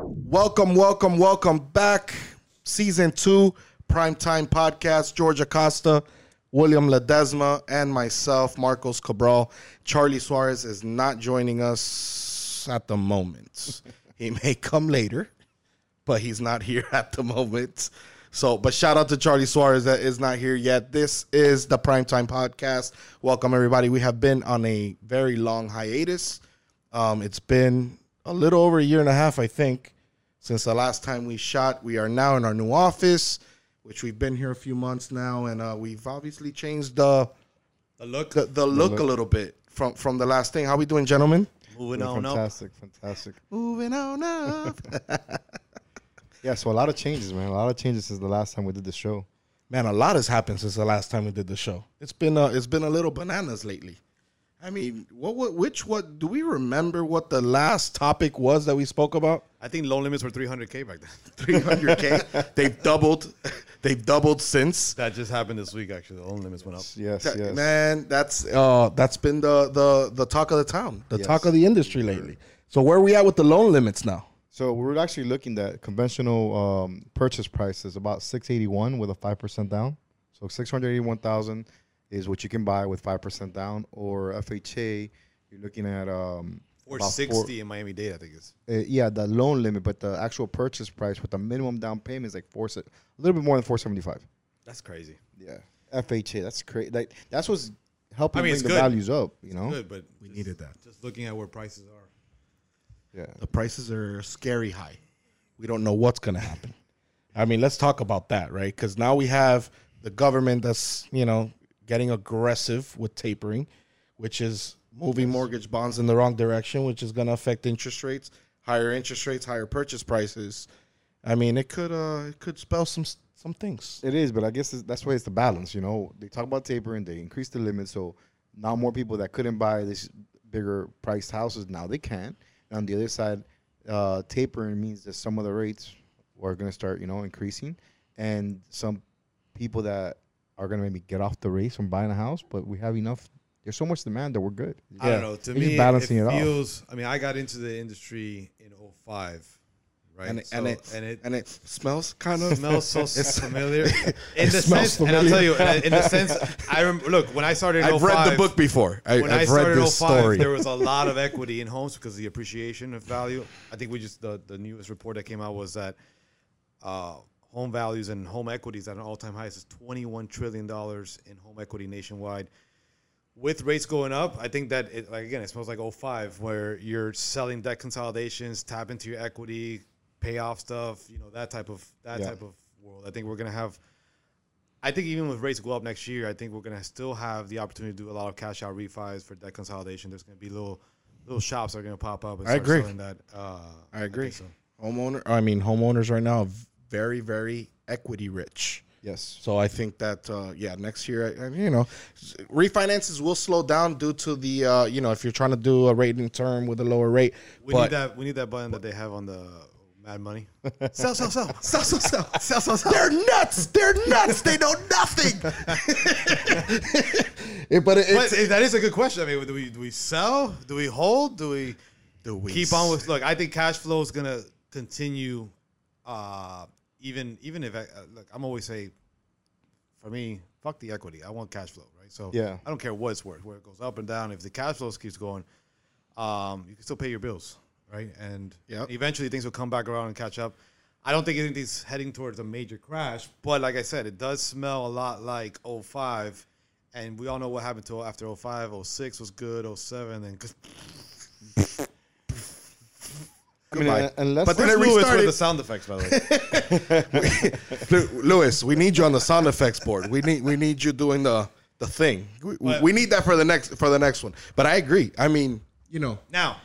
Welcome, welcome, welcome back. Season two, Primetime Podcast. George Acosta, William Ledesma, and myself, Marcos Cabral. Charlie Suarez is not joining us at the moment. he may come later, but he's not here at the moment. So, but shout out to Charlie Suarez that is not here yet. This is the Primetime Podcast. Welcome, everybody. We have been on a very long hiatus. Um, it's been a little over a year and a half, I think, since the last time we shot. We are now in our new office, which we've been here a few months now, and uh, we've obviously changed the The look the, the look a little bit from from the last thing. How we doing, gentlemen? moving Yeah, on up. fantastic, fantastic. Moving on up. Yeah, so a lot of changes, man. A lot of changes since the last time we did the show. Man, a lot has happened since the last time we did the show. It's been a, it's been a little bananas lately. I mean, what, what which what do we remember what the last topic was that we spoke about? I think loan limits were 300k back then. 300k. they've doubled. They've doubled since. That just happened this week. Actually, the loan limits went up. Yes, That- yes. Man, that's uh, that's been the the the talk of the town, the Yes. talk of the industry lately. So where are we at with the loan limits now? So we were actually looking at conventional um, purchase price is about six eighty one with a five percent down. So six hundred eighty one thousand is what you can buy with five percent down, or FHA. You're looking at um, Or about 60 four- in Miami Dade, I think it's. uh, yeah, the loan limit, but the actual purchase price with the minimum down payment is like four, se- a little bit more than four seventy five. That's crazy. Yeah, FHA. That's crazy. Like that's what's helping I mean, it's bring the good. values up. You know. Good, but we needed that. Just looking at where prices are. Yeah. The prices are scary high. We don't know what's going to happen. I mean, let's talk about that, right? Because now we have the government that's, you know, getting aggressive with tapering, which is moving mortgage bonds in the wrong direction, which is going to affect interest rates, higher interest rates, higher purchase prices. I mean, it could uh it could spell some some things. It is, but I guess it's, that's why it's the balance. You know, they talk about tapering, they increase the limit, so now more people that couldn't buy these bigger priced houses now they can. And on the other side, uh, tapering means that some of the rates are going to start, you know, increasing, and some people that are going to maybe get off the race from buying a house, but we have enough. There's so much demand that we're good. I Yeah. don't know. To You're just me, balancing it, it off. feels. I mean, I got into the industry in 05, right? And it, So- and it and it and it smells kind It of smells so It's- familiar. In the smells sense, and I'll tell you, familiar. in the sense, I remember. Look, when I started, in I've read the 05, book before. I, when I've I started read in this 05, story. there was a lot of equity in homes because of the appreciation of value. I think we just the, the newest report that came out was that uh, home values and home equities at an all time high is twenty one trillion dollars in home equity nationwide. With rates going up, I think that it, like again, it smells like 05, where you're selling debt consolidations, tap into your equity, pay off stuff, you know that type of that Yeah. type of world. I think we're gonna have I think even with rates go up next year, I think we're gonna still have the opportunity to do a lot of cash out refis for debt consolidation. There's gonna be little little shops that are gonna pop up. And I start agree. Selling that. Uh, I agree. think so. Homeowner, I mean, homeowners right now are very, very equity rich. Yes. So I think that uh, yeah, next year, I- I- you know, s- refinances will slow down due to the uh, you know if you're trying to do a rate in term with a lower rate. We but need that. We need that button that they have on the Mad Money. sell, sell, sell, sell, sell, sell, sell, sell, sell. they're nuts. They're nuts. they know nothing. Eh, but it, But it's, eh, that is a good question. I mean, do we do we sell? Do we hold? Do we Do we keep on with? Look, I think cash flow is gonna continue. Uh, even even if I, uh, look, I'm always say, for me, fuck the equity. I want cash flow, right? So Yeah. I don't care what it's worth, where it goes up and down. If the cash flows keeps going, um, you can still pay your bills, right? And Yep. eventually things will come back around and catch up. I don't think anything's heading towards a major crash, but like I said, it does smell a lot like 05. And we all know what happened to after 05, 06 was good, 07, and I mean, Goodbye. uh, unless But then Where's it Lewis restarted. with the sound effects, by the way. Lu- Lewis, we need you on the sound effects board. We need we need you doing the the thing. We, we need that for the next for the next one. But I agree. I mean, you know, Now,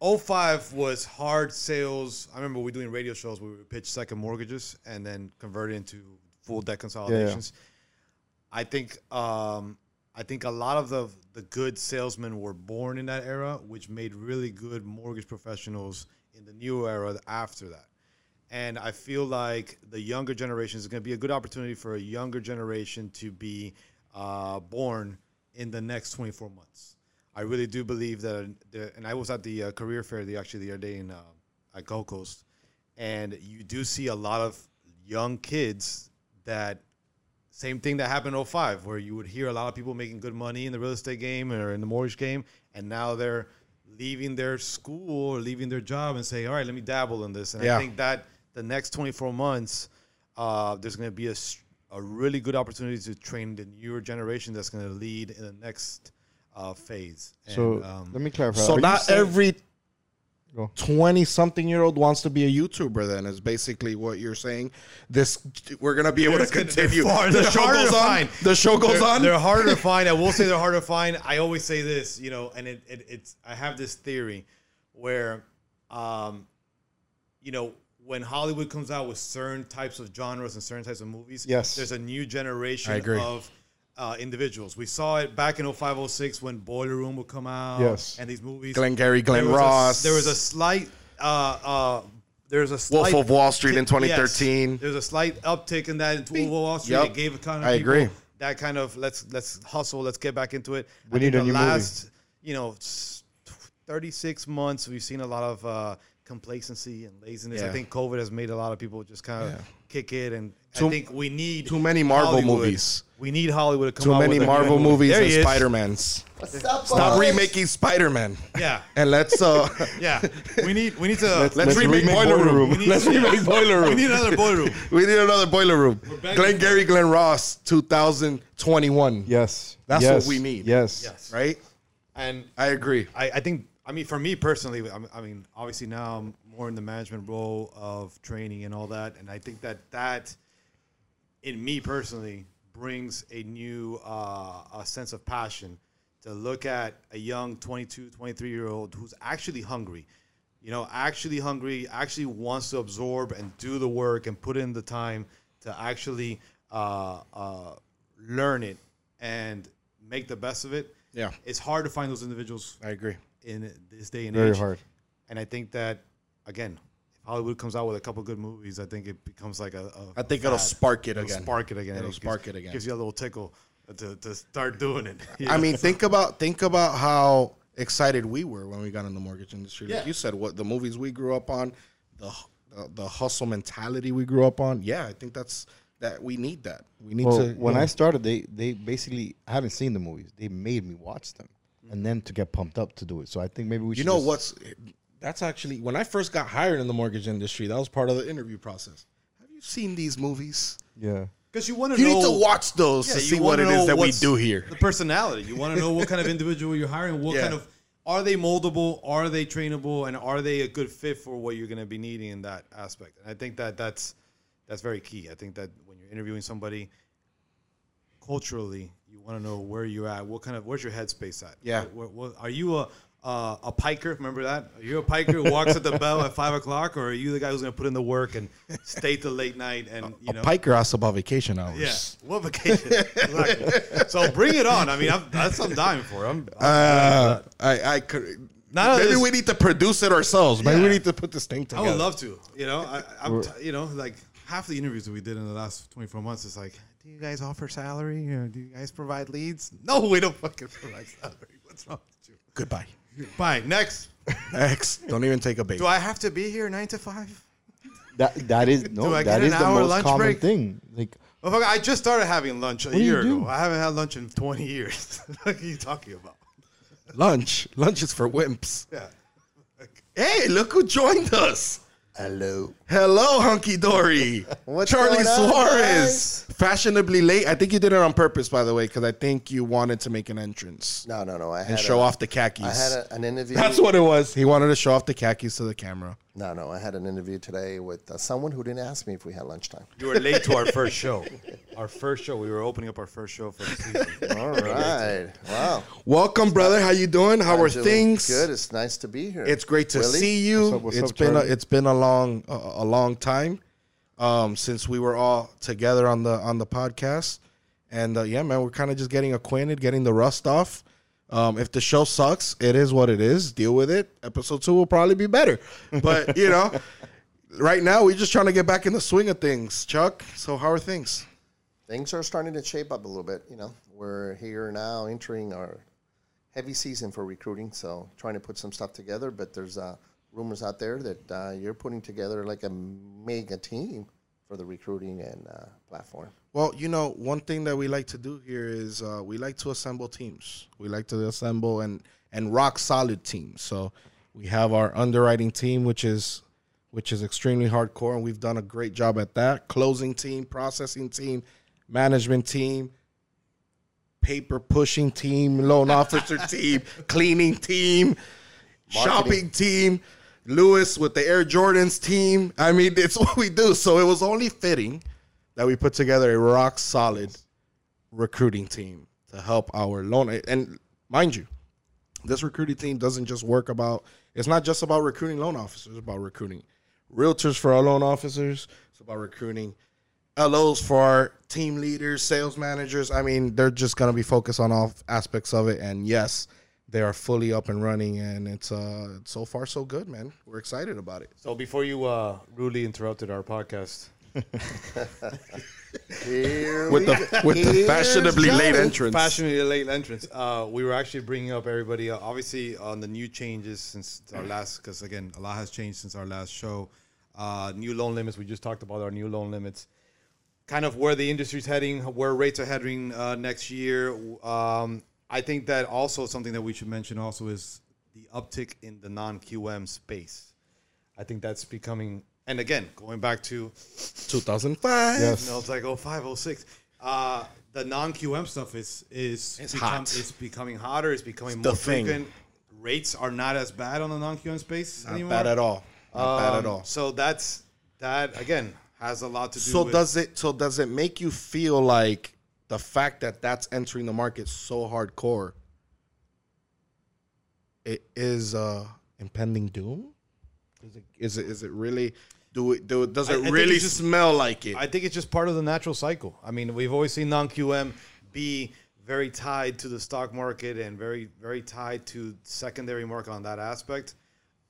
05 was hard sales. I remember we were doing radio shows where we would pitch second mortgages and then convert it into full debt consolidations. I think um, I think a lot of the the good salesmen were born in that era, which made really good mortgage professionals in the new era after that. And I feel like the younger generation is going to be a good opportunity for a younger generation to be uh, born in the next 24 months. I really do believe that, the- and I was at the uh, career fair the actually the other day in uh, at Gold Coast, and you do see a lot of young kids that same thing that happened in 05 where you would hear a lot of people making good money in the real estate game or in the mortgage game and now they're leaving their school or leaving their job and say all right let me dabble in this and Yeah. i think that the next 24 months uh, there's going to be a, s- a really good opportunity to train the newer generation that's going to lead in the next uh, phase And, So um, let me clarify. So Are you not saying- every Go. twenty-something-year-old wants to be a YouTuber. Then is basically what you're saying. This we're gonna be able They're to gonna- they're continue. far- the they're show harder goes to on. find. The show goes they're, on. They're harder to find. I will say they're harder to find. I always say this, you know, and it, it it's I have this theory where, um, you know, when Hollywood comes out with certain types of genres and certain types of movies, Yes. there's a new generation I agree. of uh, individuals. We saw it back in 0506 when Boiler Room would come out, Yes. and these movies. Glengarry Glenn there was a- Ross. there was a slight. Uh, uh, there's a Wolf slight of Wall Street in Yes. 2013. There's a slight uptick in that in Wolf of Wall Street. Yep. It gave a kind of I people agree. that kind of let's let's hustle, let's get back into it. We I think need a the new movie. last, you know, s- 36 months we've seen a lot of uh, complacency and laziness. Yeah. I think COVID has made a lot of people just kind of kick it and Too- I think we need too many Marvel Hollywood. movies. We need Hollywood to come Too out many with a Marvel new movie. movies There and he is. Spider Mans. What's up, Stop boys? remaking Spider Man. Yeah. And let's uh Yeah. We need we need to let's, remake, Boiler Room. We need- Let's remake Boiler we Room. need another boy room. We need another Boiler Room. begging Glenn Gary Glenn Ross 2021. Yes. That's Yes. what we need. Yes. Yes. Right? And I agree. I, I think I mean for me personally, I'm- I mean obviously now I'm more in the management role of training and all that, and I think that that in me personally brings a new uh, a sense of passion to look at a young 22 23 year old who's actually hungry you know actually hungry actually wants to absorb and do the work and put in the time to actually uh, uh, learn it and make the best of it Yeah. it's hard to find those individuals I agree. in this day and Very age. hard. And I think that again, if Hollywood comes out with a couple good movies, I think it becomes like a. a I think it'll fad. spark it It'll again. Spark it again. It'll gives- spark it again. Gives you a little tickle to, to start doing it. you I know? mean, think about think about how excited we were when we got in the mortgage industry. Like Yeah. you said, what the movies we grew up on, the h- the, the hustle mentality we grew up on. Yeah, I think that's that we need that. We need Well, to. when you I know, started, they they basically I hadn't seen the movies. They made me watch them, and then to get pumped up to do it. So I think maybe we should. you know just- what's that's actually when I first got hired in the mortgage industry. That was part of the interview process. Have you seen these movies? Yeah. because you want You need to watch those to see what it is that we do here. The personality. You want to know what kind of individual you're hiring. What Yeah. kind of are they moldable? Are they trainable? And are they a good fit for what you're going to be needing in that aspect? And I think that that's that's very key. I think that when you're interviewing somebody, culturally, you want to know where you're at. What kind of where's your headspace at? Yeah. Where- where- are you a uh, a piker, remember that? Are you a piker who walks at the bell at five o'clock, or are you the guy who's going to put in the work and stay till late night? And you know, A piker asked about vacation hours. yeah, what vacation? Exactly. so bring it on. I mean, I'm, that's what I'm dying for. I'm, Uh, I'm- I, I could. Not maybe as- we need to produce it ourselves. Maybe we Yeah. need to put this thing I together. would love to. You know, I, I'm. T- you know, like half the interviews that we did in the last 24 months is like, do you guys offer salary? Or do you guys provide leads? No, we don't fucking provide salary. What's wrong with Goodbye. you? Fine. Next, X. Don't even take a bait. do I have to be here nine to five? That that is no. Do I That get is an the hour most lunch common break? thing. Like Motherfucker, Oh, I just started having lunch a do you year do? ago. I haven't had lunch in 20 years. what are you talking about? Lunch. Lunch is for wimps. Yeah. Hey, look who joined us. Hello. Hello, Hunky Dory. What's Charlie going on, Suarez. Fashionably late. I think you did it on purpose, by the way, because I think you wanted to make an entrance No, no, no. I had and show a, off the khakis. I had a, an interview. That's what it was. He wanted to show off the khakis to the camera. No, no. I had an interview today with uh, someone who didn't ask me if we had lunchtime. You were late to our first show. Our first show. We were opening up our first show for the season. All right. Wow. Welcome, brother. How you doing? How I'm are doing things? Good. It's nice to be here. It's great to Willie? see you. It's What's up, what's up, been a, Charlie? it's been a long a, a long time um, since we were all together on the on the podcast, and uh, yeah, man, we're kind of just getting acquainted, getting the rust off. Um, if the show sucks, it is what it is. Deal with it. Episode two will probably be better, but you know, right now we're just trying to get back in the swing of things. Chuck, so how are things? Things are starting to shape up a little bit. You know, we're here now entering our heavy season for recruiting, so trying to put some stuff together. But there's a rumors out there that uh, you're putting together like a mega team for the recruiting and uh, platform. Well, you know, one thing that we like to do here is uh, we like to assemble teams. We like to assemble and and rock solid teams. So we have our underwriting team, which is which is extremely hardcore, and we've done a great job at that. Closing team, processing team, management team, paper pushing team, loan officer team, cleaning team, shopping team, Lewis with the Air Jordans team. I mean, it's what we do. So it was only fitting that we put together a rock solid recruiting team to help our loan. And mind you, this recruiting team doesn't just work about it's not just about recruiting loan officers, it's about recruiting realtors for our loan officers, it's about recruiting LOs for our team leaders, sales managers. I mean, they're just gonna be focused on all aspects of it. And yes, they are fully up and running and it's uh so far so good, man. We're excited about it. So before you uh, rudely interrupted our podcast, Here With we the with the fashionably late entrance. fashionably late entrance, uh, we were actually bringing up everybody, uh, obviously, on the new changes since our last, because again, a lot has changed since our last show. Uh, new loan limits, we just talked about our new loan limits. kind of where the industry's heading, where rates are heading uh, next year. Um, I think that also something that we should mention also is the uptick in the non-QM space. I think that's becoming, and again, going back to 2005. Yes. no, it's like oh five, oh six. Uh, the non-QM stuff is is It's become, hot. It's becoming hotter. It's becoming It's more the thing. frequent. Rates are not as bad on the non-QM space Not anymore. bad at all. Not bad at Um, all. So that's that again has a lot to do. So with, does it? So does it make you feel like the fact that that's entering the market so hardcore? It is uh, impending doom. Is it? Is it? Is it really? Do it? Do it? Does I- I it think really it's just- smell like it? I think it's just part of the natural cycle. I mean, we've always seen non-QM be very tied to the stock market and very very tied to secondary market on that aspect.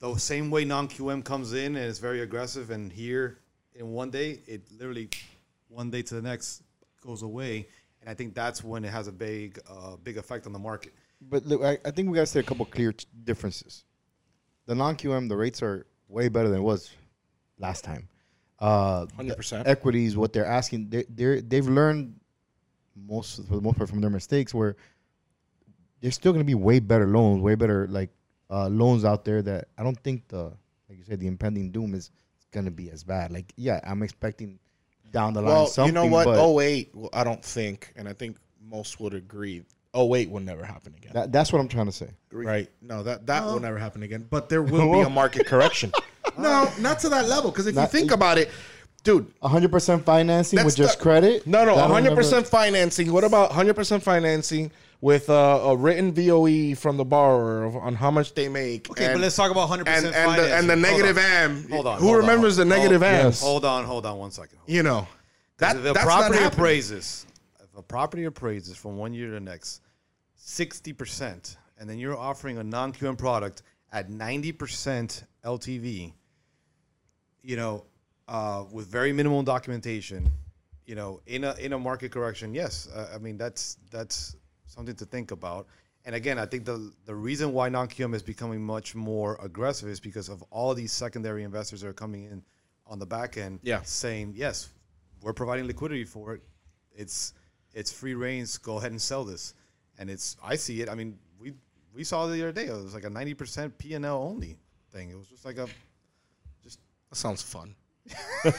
The same way non-QM comes in and it's very aggressive, and here in one day it literally one day to the next goes away, and I think that's when it has a big uh, big effect on the market. But look, I, I think we got to say a couple clear t- differences. The non-QM, the rates are way better than it was last time. Uh, the 100%. equities, what they're asking, they they're, they've learned most for the most part from their mistakes. Where there's still going to be way better loans, way better like uh, loans out there that I don't think the like you said the impending doom is going to be as bad. Like yeah, I'm expecting down the line well, you something. know what? But Oh wait, well, I don't think, and I think most would agree. Oh wait, will never happen again. that, that's what I'm trying to say. Right. No, that that will never happen again. But there will be Well- a market correction. no, not to that level. Because if you Not- think about it, dude, 100% financing with That's just the- credit. No, no, That'll 100 never- percent financing. What about 100 percent financing with uh, a written VOE from the borrower of, on how much they make? Okay, but let's talk about 100% and, and, the, and the financing. Hold negative on. M. Hold on. Who hold on, remembers hold the on. negative hold, M's? Hold on, hold on, one second. You know that If the that's not property happening. appraises, if a property appraises from one year to the next, sixty percent, and then you're offering a non-QM product at ninety percent LTV, you know, uh, with very minimal documentation, you know, in a in a market correction, yes, uh, I mean that's that's something to think about. And again, I think the the reason why non-QM is becoming much more aggressive is because of all these secondary investors that are coming in on the back end, Yeah. saying yes, we're providing liquidity for it. It's it's free reigns. Go ahead and sell this. And it's I see it. I mean, we we saw it the other day. It was like a ninety percent P and L only thing. It was just like a That sounds fun.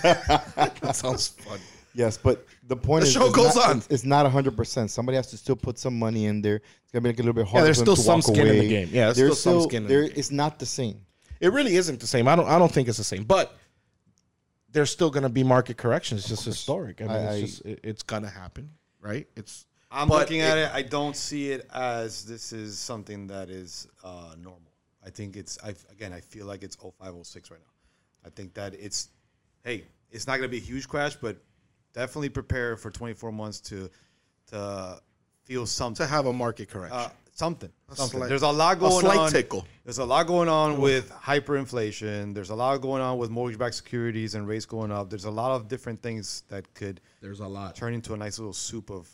that sounds fun. Yes, but the point The is show it's goes not, on. It's, it's not 100%. Somebody has to still put some money in there. It's going to make it a little bit harder there's still for them to some walk skin in the away. game. Yeah, there's There's still some skin in the there- game. It's not the same. It really isn't the same. I don't. I don't think it's the same. But there's still going to be market corrections. It's just historic. I mean, I- it's just it, it's going to happen, right? It's. I'm but looking at it, I don't see it as this is something that is uh, normal. I think it's I again I feel like it's 0506 right now. I think that it's hey, it's not going to be a huge crash, but definitely prepare for 24 months to to feel something. to have a market correction. Uh, something. something. slight- There's a lot a going slight on. tickle. There's a lot going on with hyperinflation. There's a lot going on with mortgage-backed securities and rates going up. There's a lot of different things that could There's a lot. turn into a nice little soup of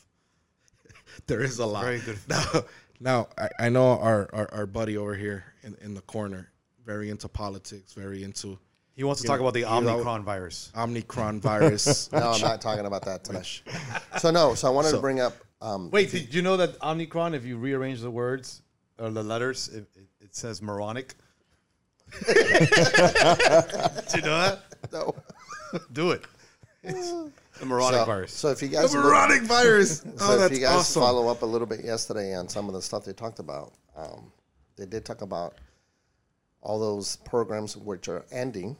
There is a lot. Very good. Now, now I, I know our, our, our buddy over here in, in the corner very into politics, very into He wants to talk about the Omicron virus. Omicron virus. No, I'm not talking about that, Tamesh. So no, so I wanted to bring up. Um, Wait, did you know that Omicron, if you rearrange the words or the letters, it, it, it says moronic? did you know that? no. Do it. It's the moronic so, virus. so if you guys look- Moronic virus. So Oh, if that's you guys awesome. follow up a little bit yesterday on some of the stuff they talked about, um, they did talk about all those programs which are ending,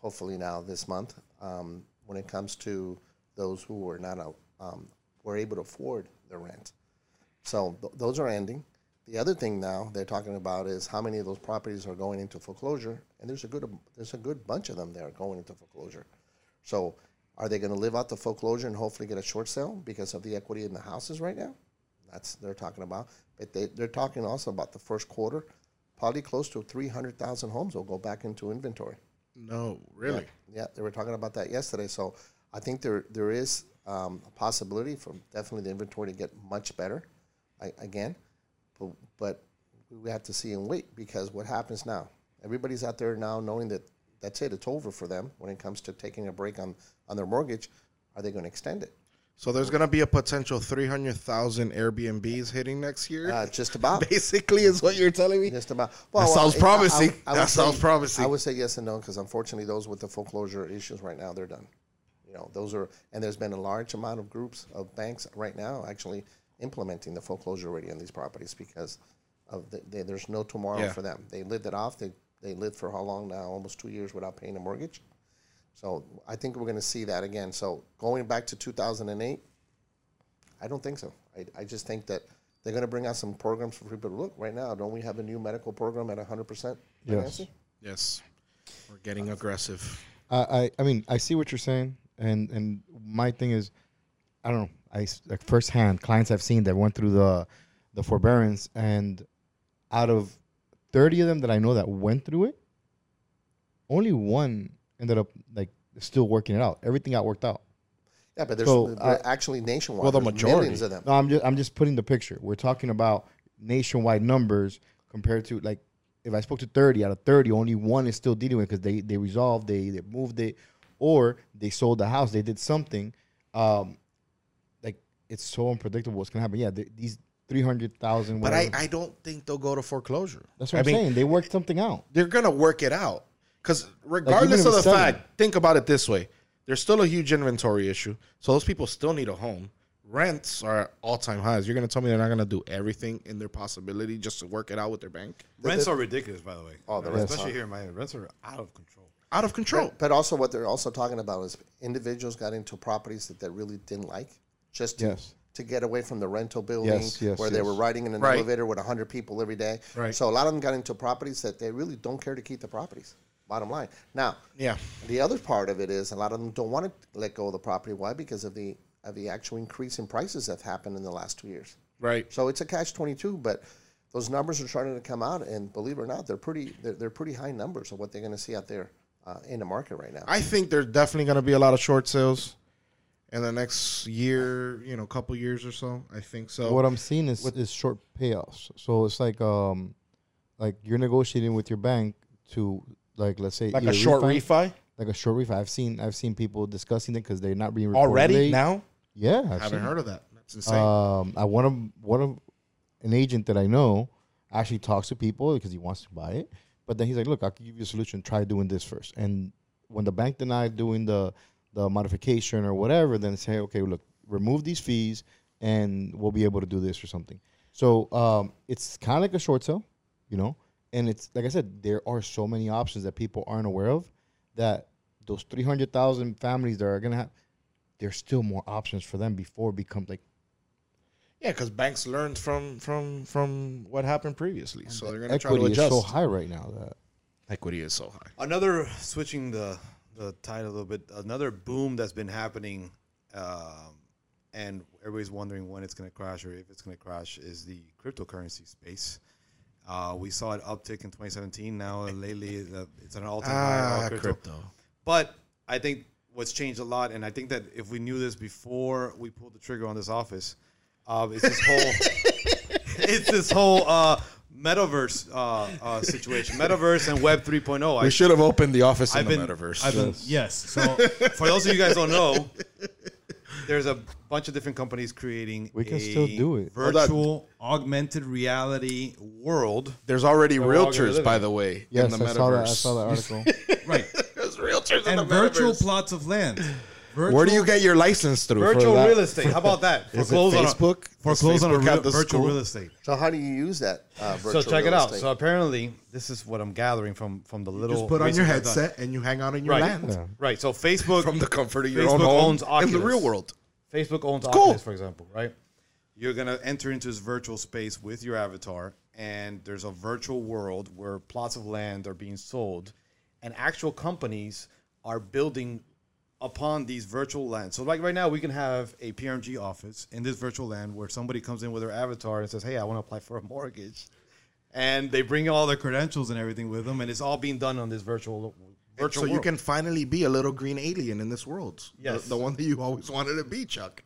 hopefully now this month. Um, when it comes to those who were not out, um, were able to afford their rent, so th- those are ending. The other thing now they're talking about is how many of those properties are going into foreclosure, and there's a good there's a good bunch of them that are going into foreclosure. So, are they going to live out the foreclosure and hopefully get a short sale because of the equity in the houses right now? That's they're talking about. But they, they're talking also about the first quarter, probably close to 300,000 homes will go back into inventory. No, really. Yeah, they were talking about that yesterday. So I think there there is um, a possibility for definitely the inventory to get much better I, again, but, but we have to see and wait because what happens now? Everybody's out there now knowing that that's it, it's over for them when it comes to taking a break on, on their mortgage. Are they going to extend it? So there's gonna be a potential 300,000 Airbnbs hitting next year. Uh, just about. Basically, is what you're telling me. Just about. That sounds it- promising. would That sounds say- promising. I would say yes and no because unfortunately, those with the foreclosure issues right now, they're done. You know, those are, and there's been a large amount of groups of banks right now actually implementing the foreclosure already on these properties because of the, they, there's no tomorrow Yeah. for them. They lived it off. They they lived for how long now? Almost two years without paying a mortgage. So I think we're going to see that again. So going back to 2008, I don't think so. I, I just think that they're going to bring out some programs for people to look right now. Don't we have a new medical program at 100% financing? Yes, we're getting aggressive. I, I, I mean, I see what you're saying, and and my thing is, I don't know. I s- like firsthand clients I've seen that went through the the forbearance, and out of thirty of them that I know that went through it, only one ended up like still working it out. Everything got worked out. Yeah, but there's So, there uh, actually nationwide. well, the there's majority. Millions of them. No, I'm just I'm just putting the picture. We're talking about nationwide numbers compared to like if I spoke to 30 out of 30, only one is still dealing with because they they resolved, they they moved it, or they sold the house, they did something. Um, like it's so unpredictable what's gonna happen. Yeah, th- these 300,000. But I, whatever- I don't think they'll go to foreclosure. that's I what I am mean, saying. They worked something out. They're gonna work it out because regardless if of the it's selling- fact, think about it this way: there's still a huge inventory issue, so those people still need a home. Rents are at all-time highs. You're gonna tell me they're not gonna do everything in their possibility just to work it out with their bank? Rents are ridiculous, by the way. Oh, the rents especially are. here in Miami, rents are out of control. Out of control. But also, what they're also talking about is individuals got into properties that they really didn't like, just to, Yes. to get away from the rental building Yes, yes, where they yes. were riding in an Right. elevator with hundred people every day. Right. So a lot of them got into properties that they really don't care to keep the properties. Bottom line. Now, Yeah. the other part of it is a lot of them don't want to let go of the property. Why? Because of the of the actual increase in prices that have happened in the last two years. Right. So it's a catch twenty two, but those numbers are starting to come out, and believe it or not, they're pretty they're, they're pretty high numbers of what they're going to see out there uh, in the market right now. I think there's definitely going to be a lot of short sales in the next year, you know, couple years or so. I think so. what I'm seeing is is short payoffs. So it's like um, like you're negotiating with your bank to like let's say Like either a short refi- refi like a short refi. I've seen I've seen people discussing it because they're not being reported already late. now. Yeah, I've I haven't seen heard of that. That's it. insane. Um, I one of one of an agent that I know actually talks to people because he wants to buy it, but then he's like, "Look, I'll give you a solution. Try doing this first. And when the bank denied doing the the modification or whatever, then say, "Okay, look, remove these fees, and we'll be able to do this or something." So um, it's kind of like a short sale, you know. And it's like I said, there are so many options that people aren't aware of that those 300,000 families that are going to have, there's still more options for them before it becomes like, yeah, because banks learned from from from what happened previously, so they're going to try to equity is adjust. so high right now that Equity is so high. Another switching the the tide a little bit. Another boom that's been happening, um, and everybody's wondering when it's going to crash or if it's going to crash. Is the cryptocurrency space? Uh, we saw an uptick in 2017. Now uh, lately, the, it's an all-time high. Ah, of all crypto. But I think what's changed a lot, and I think that if we knew this before we um, pulled the trigger on this office, uh, it's this whole, it's this whole uh, metaverse uh, uh, situation, metaverse and Web 3.0. I, We should have opened the office in I've the been- metaverse. I've been, yes. So for those of you guys don't know, there's a bunch of different companies creating. We can a still do it. Hold on. Virtual augmented reality world. There's already we're all gonna realtors, live by in. the way, Yes, in the I metaverse. saw that. I saw that article. right, There's realtors and in the virtual metaverse. plots of land. Virtual, Where do you get your license through? for Virtual that? real estate. How about that? Is it Foreclose on a- Facebook? Foreclose on a Does Facebook real, have this virtual cool- real estate. So how do you use that? Uh, virtual so check it real out. estate? So apparently, this is what I'm gathering from from the little. Just put on your research I've done. headset and you hang out in your Right. land Right. So Facebook from the comfort of your own Facebook home owns in the Oculus. real world. Facebook owns cool. Oculus, for example, right? You're gonna enter into this virtual space with your avatar, and there's a virtual world where plots of land are being sold, and actual companies are building upon these virtual lands. So, like right now, we can have a PRMG office in this virtual land where somebody comes in with their avatar and says, "Hey, I want to apply for a mortgage," and they bring all their credentials and everything with them, and it's all being done on this virtual virtual. so you world. can finally be a little green alien in this world. The- Yes. The, one that you always wanted to be, Chuck.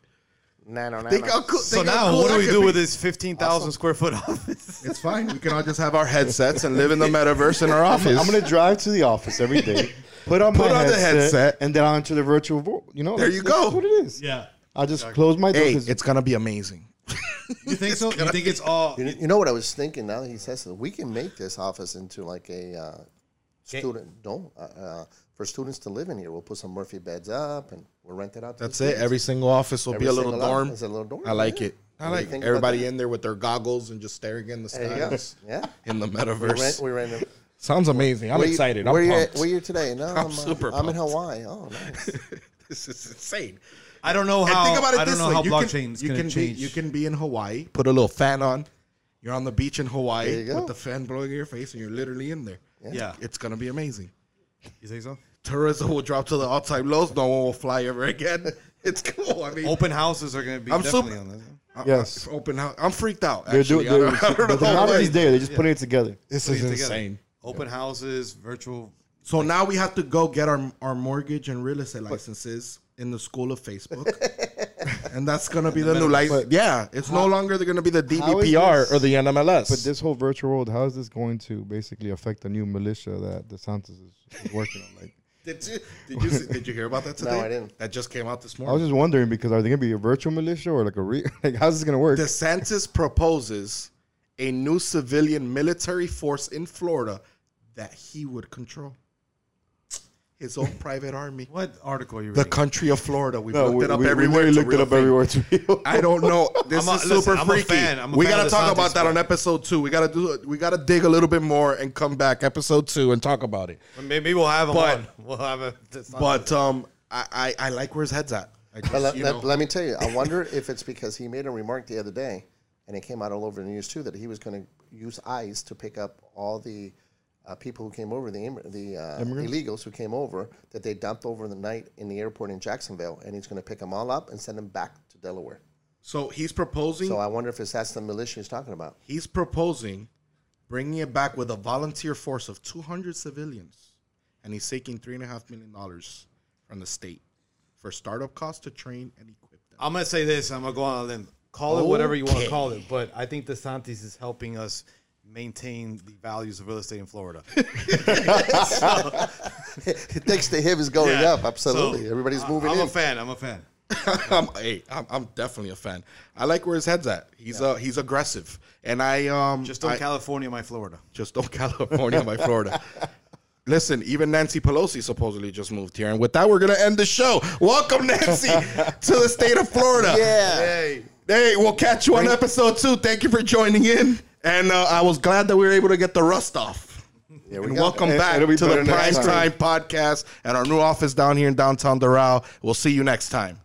nano, nano. Think how cool. So think how now, cool what do that we could do be. with this fifteen thousand square foot office? It's fine. We can all just have our headsets and live in the metaverse in our office. I'm gonna drive to the office every day, put on Put my on the headset, headset. and then I'll enter the virtual. Vo- you know, There that's- you that's go. What it is? Yeah. I just close my door. hey, 'cause it's gonna be amazing. You think so? You think it's all? You, you know what I was thinking? Now that he says it, we can make this office into like a uh, student no uh, uh, for students to live in here. We'll put some Murphy beds up, and we'll rent it out. To That's the it. students. Every single office will Every be a little single dorm. office is a little dorm, I like yeah. it. I What do you like it. think about everybody that? in there with their goggles and just staring in the There you go. skies Yeah, in the we rent. metaverse. We rent. it. Sounds amazing. I'm Where you- excited. I'm where you pumped. at- Where you today? No, I'm, uh, super I'm in pumped. Hawaii. Oh, nice. this is insane. I don't know And how. think about it I don't this know way: how you blockchain's can, you going can to change. Be, you can be in Hawaii, put a little fan on. You're on the beach in There Hawaii you go. with the fan blowing in your face, and you're literally in there. yeah. It's gonna be amazing. You think so? Tourism will drop to the all-time lows. No one will fly ever again. It's cool. I mean, Open houses are going to be I'm definitely super- on this. I- Yes. I- open house. I'm freaked out. they're Actually, doing. I They're, don't- I don't the know technology's why. there. They're just putting it together. This Put is it together. insane. Open houses, virtual. So now we have to go get our our mortgage and real estate licenses in the school of Facebook. And that's gonna be the, new license. Yeah, it's no longer gonna be the DBPR this- or the NMLS. But this whole virtual world, how is this going to basically affect the new militia that DeSantis is working on? Like, Did you did you see, did you hear about that No, today? I didn't. That just came out this I was morning. just wondering because are they gonna be a virtual militia or like a real? Like, how's this gonna work? DeSantis proposes a new civilian military force in Florida that he would control. His own private army. What article are you The reading? country of Florida. We've No, looked it up we everywhere. It's a looked it real up thing. everywhere. To real. I don't know. This I'm a- is listen, super I'm a freaky. fan. I'm a we fan gotta of talk DeSantis, about that on episode two. We gotta do. We gotta dig a little bit more and come back episode two and talk about it. Maybe we'll have them But- on. We'll have a. that's not- But um, I I, I like where his head's at. I just, But let, you let- know. let me tell you, I wonder if it's because he made a remark the other day, and it came out all over the news too, that he was going to use ICE to pick up all the uh, people who came over, the im- the uh, illegals who came over, that they dumped over the night in the airport in Jacksonville, and he's going to pick them all up and send them back to Delaware. so he's proposing. So I wonder if it's that's the militia he's talking about. he's proposing bringing it back with a volunteer force of 200 civilians, and he's taking three and a half million dollars from the state for startup costs to train and equip them. I'm going to say this. I'm going to go on a limb. Call it whatever you want to call it, but I think DeSantis is helping us maintain the values of real estate in Florida. Thanks to him, is Oh, going Yeah. up. Absolutely, So, everybody's I- moving I'm in. a fan. I'm a fan. I'm, hey, I'm, I'm definitely a fan. I like where his head's at. He's uh, he's aggressive, and I um Just don't I- California my Florida. just don't California my Florida. Listen, even Nancy Pelosi supposedly just moved here, and with that, we're gonna end the show. Welcome, Nancy, to the state of Florida. Yeah. Hey, hey, we'll catch you on episode two. Thank you for joining in, and uh, I was glad that we were able to get the rust off. we and go. welcome It- back it'll be to the better next Prime Time Podcast at our new office down here in downtown Doral. We'll see you next time.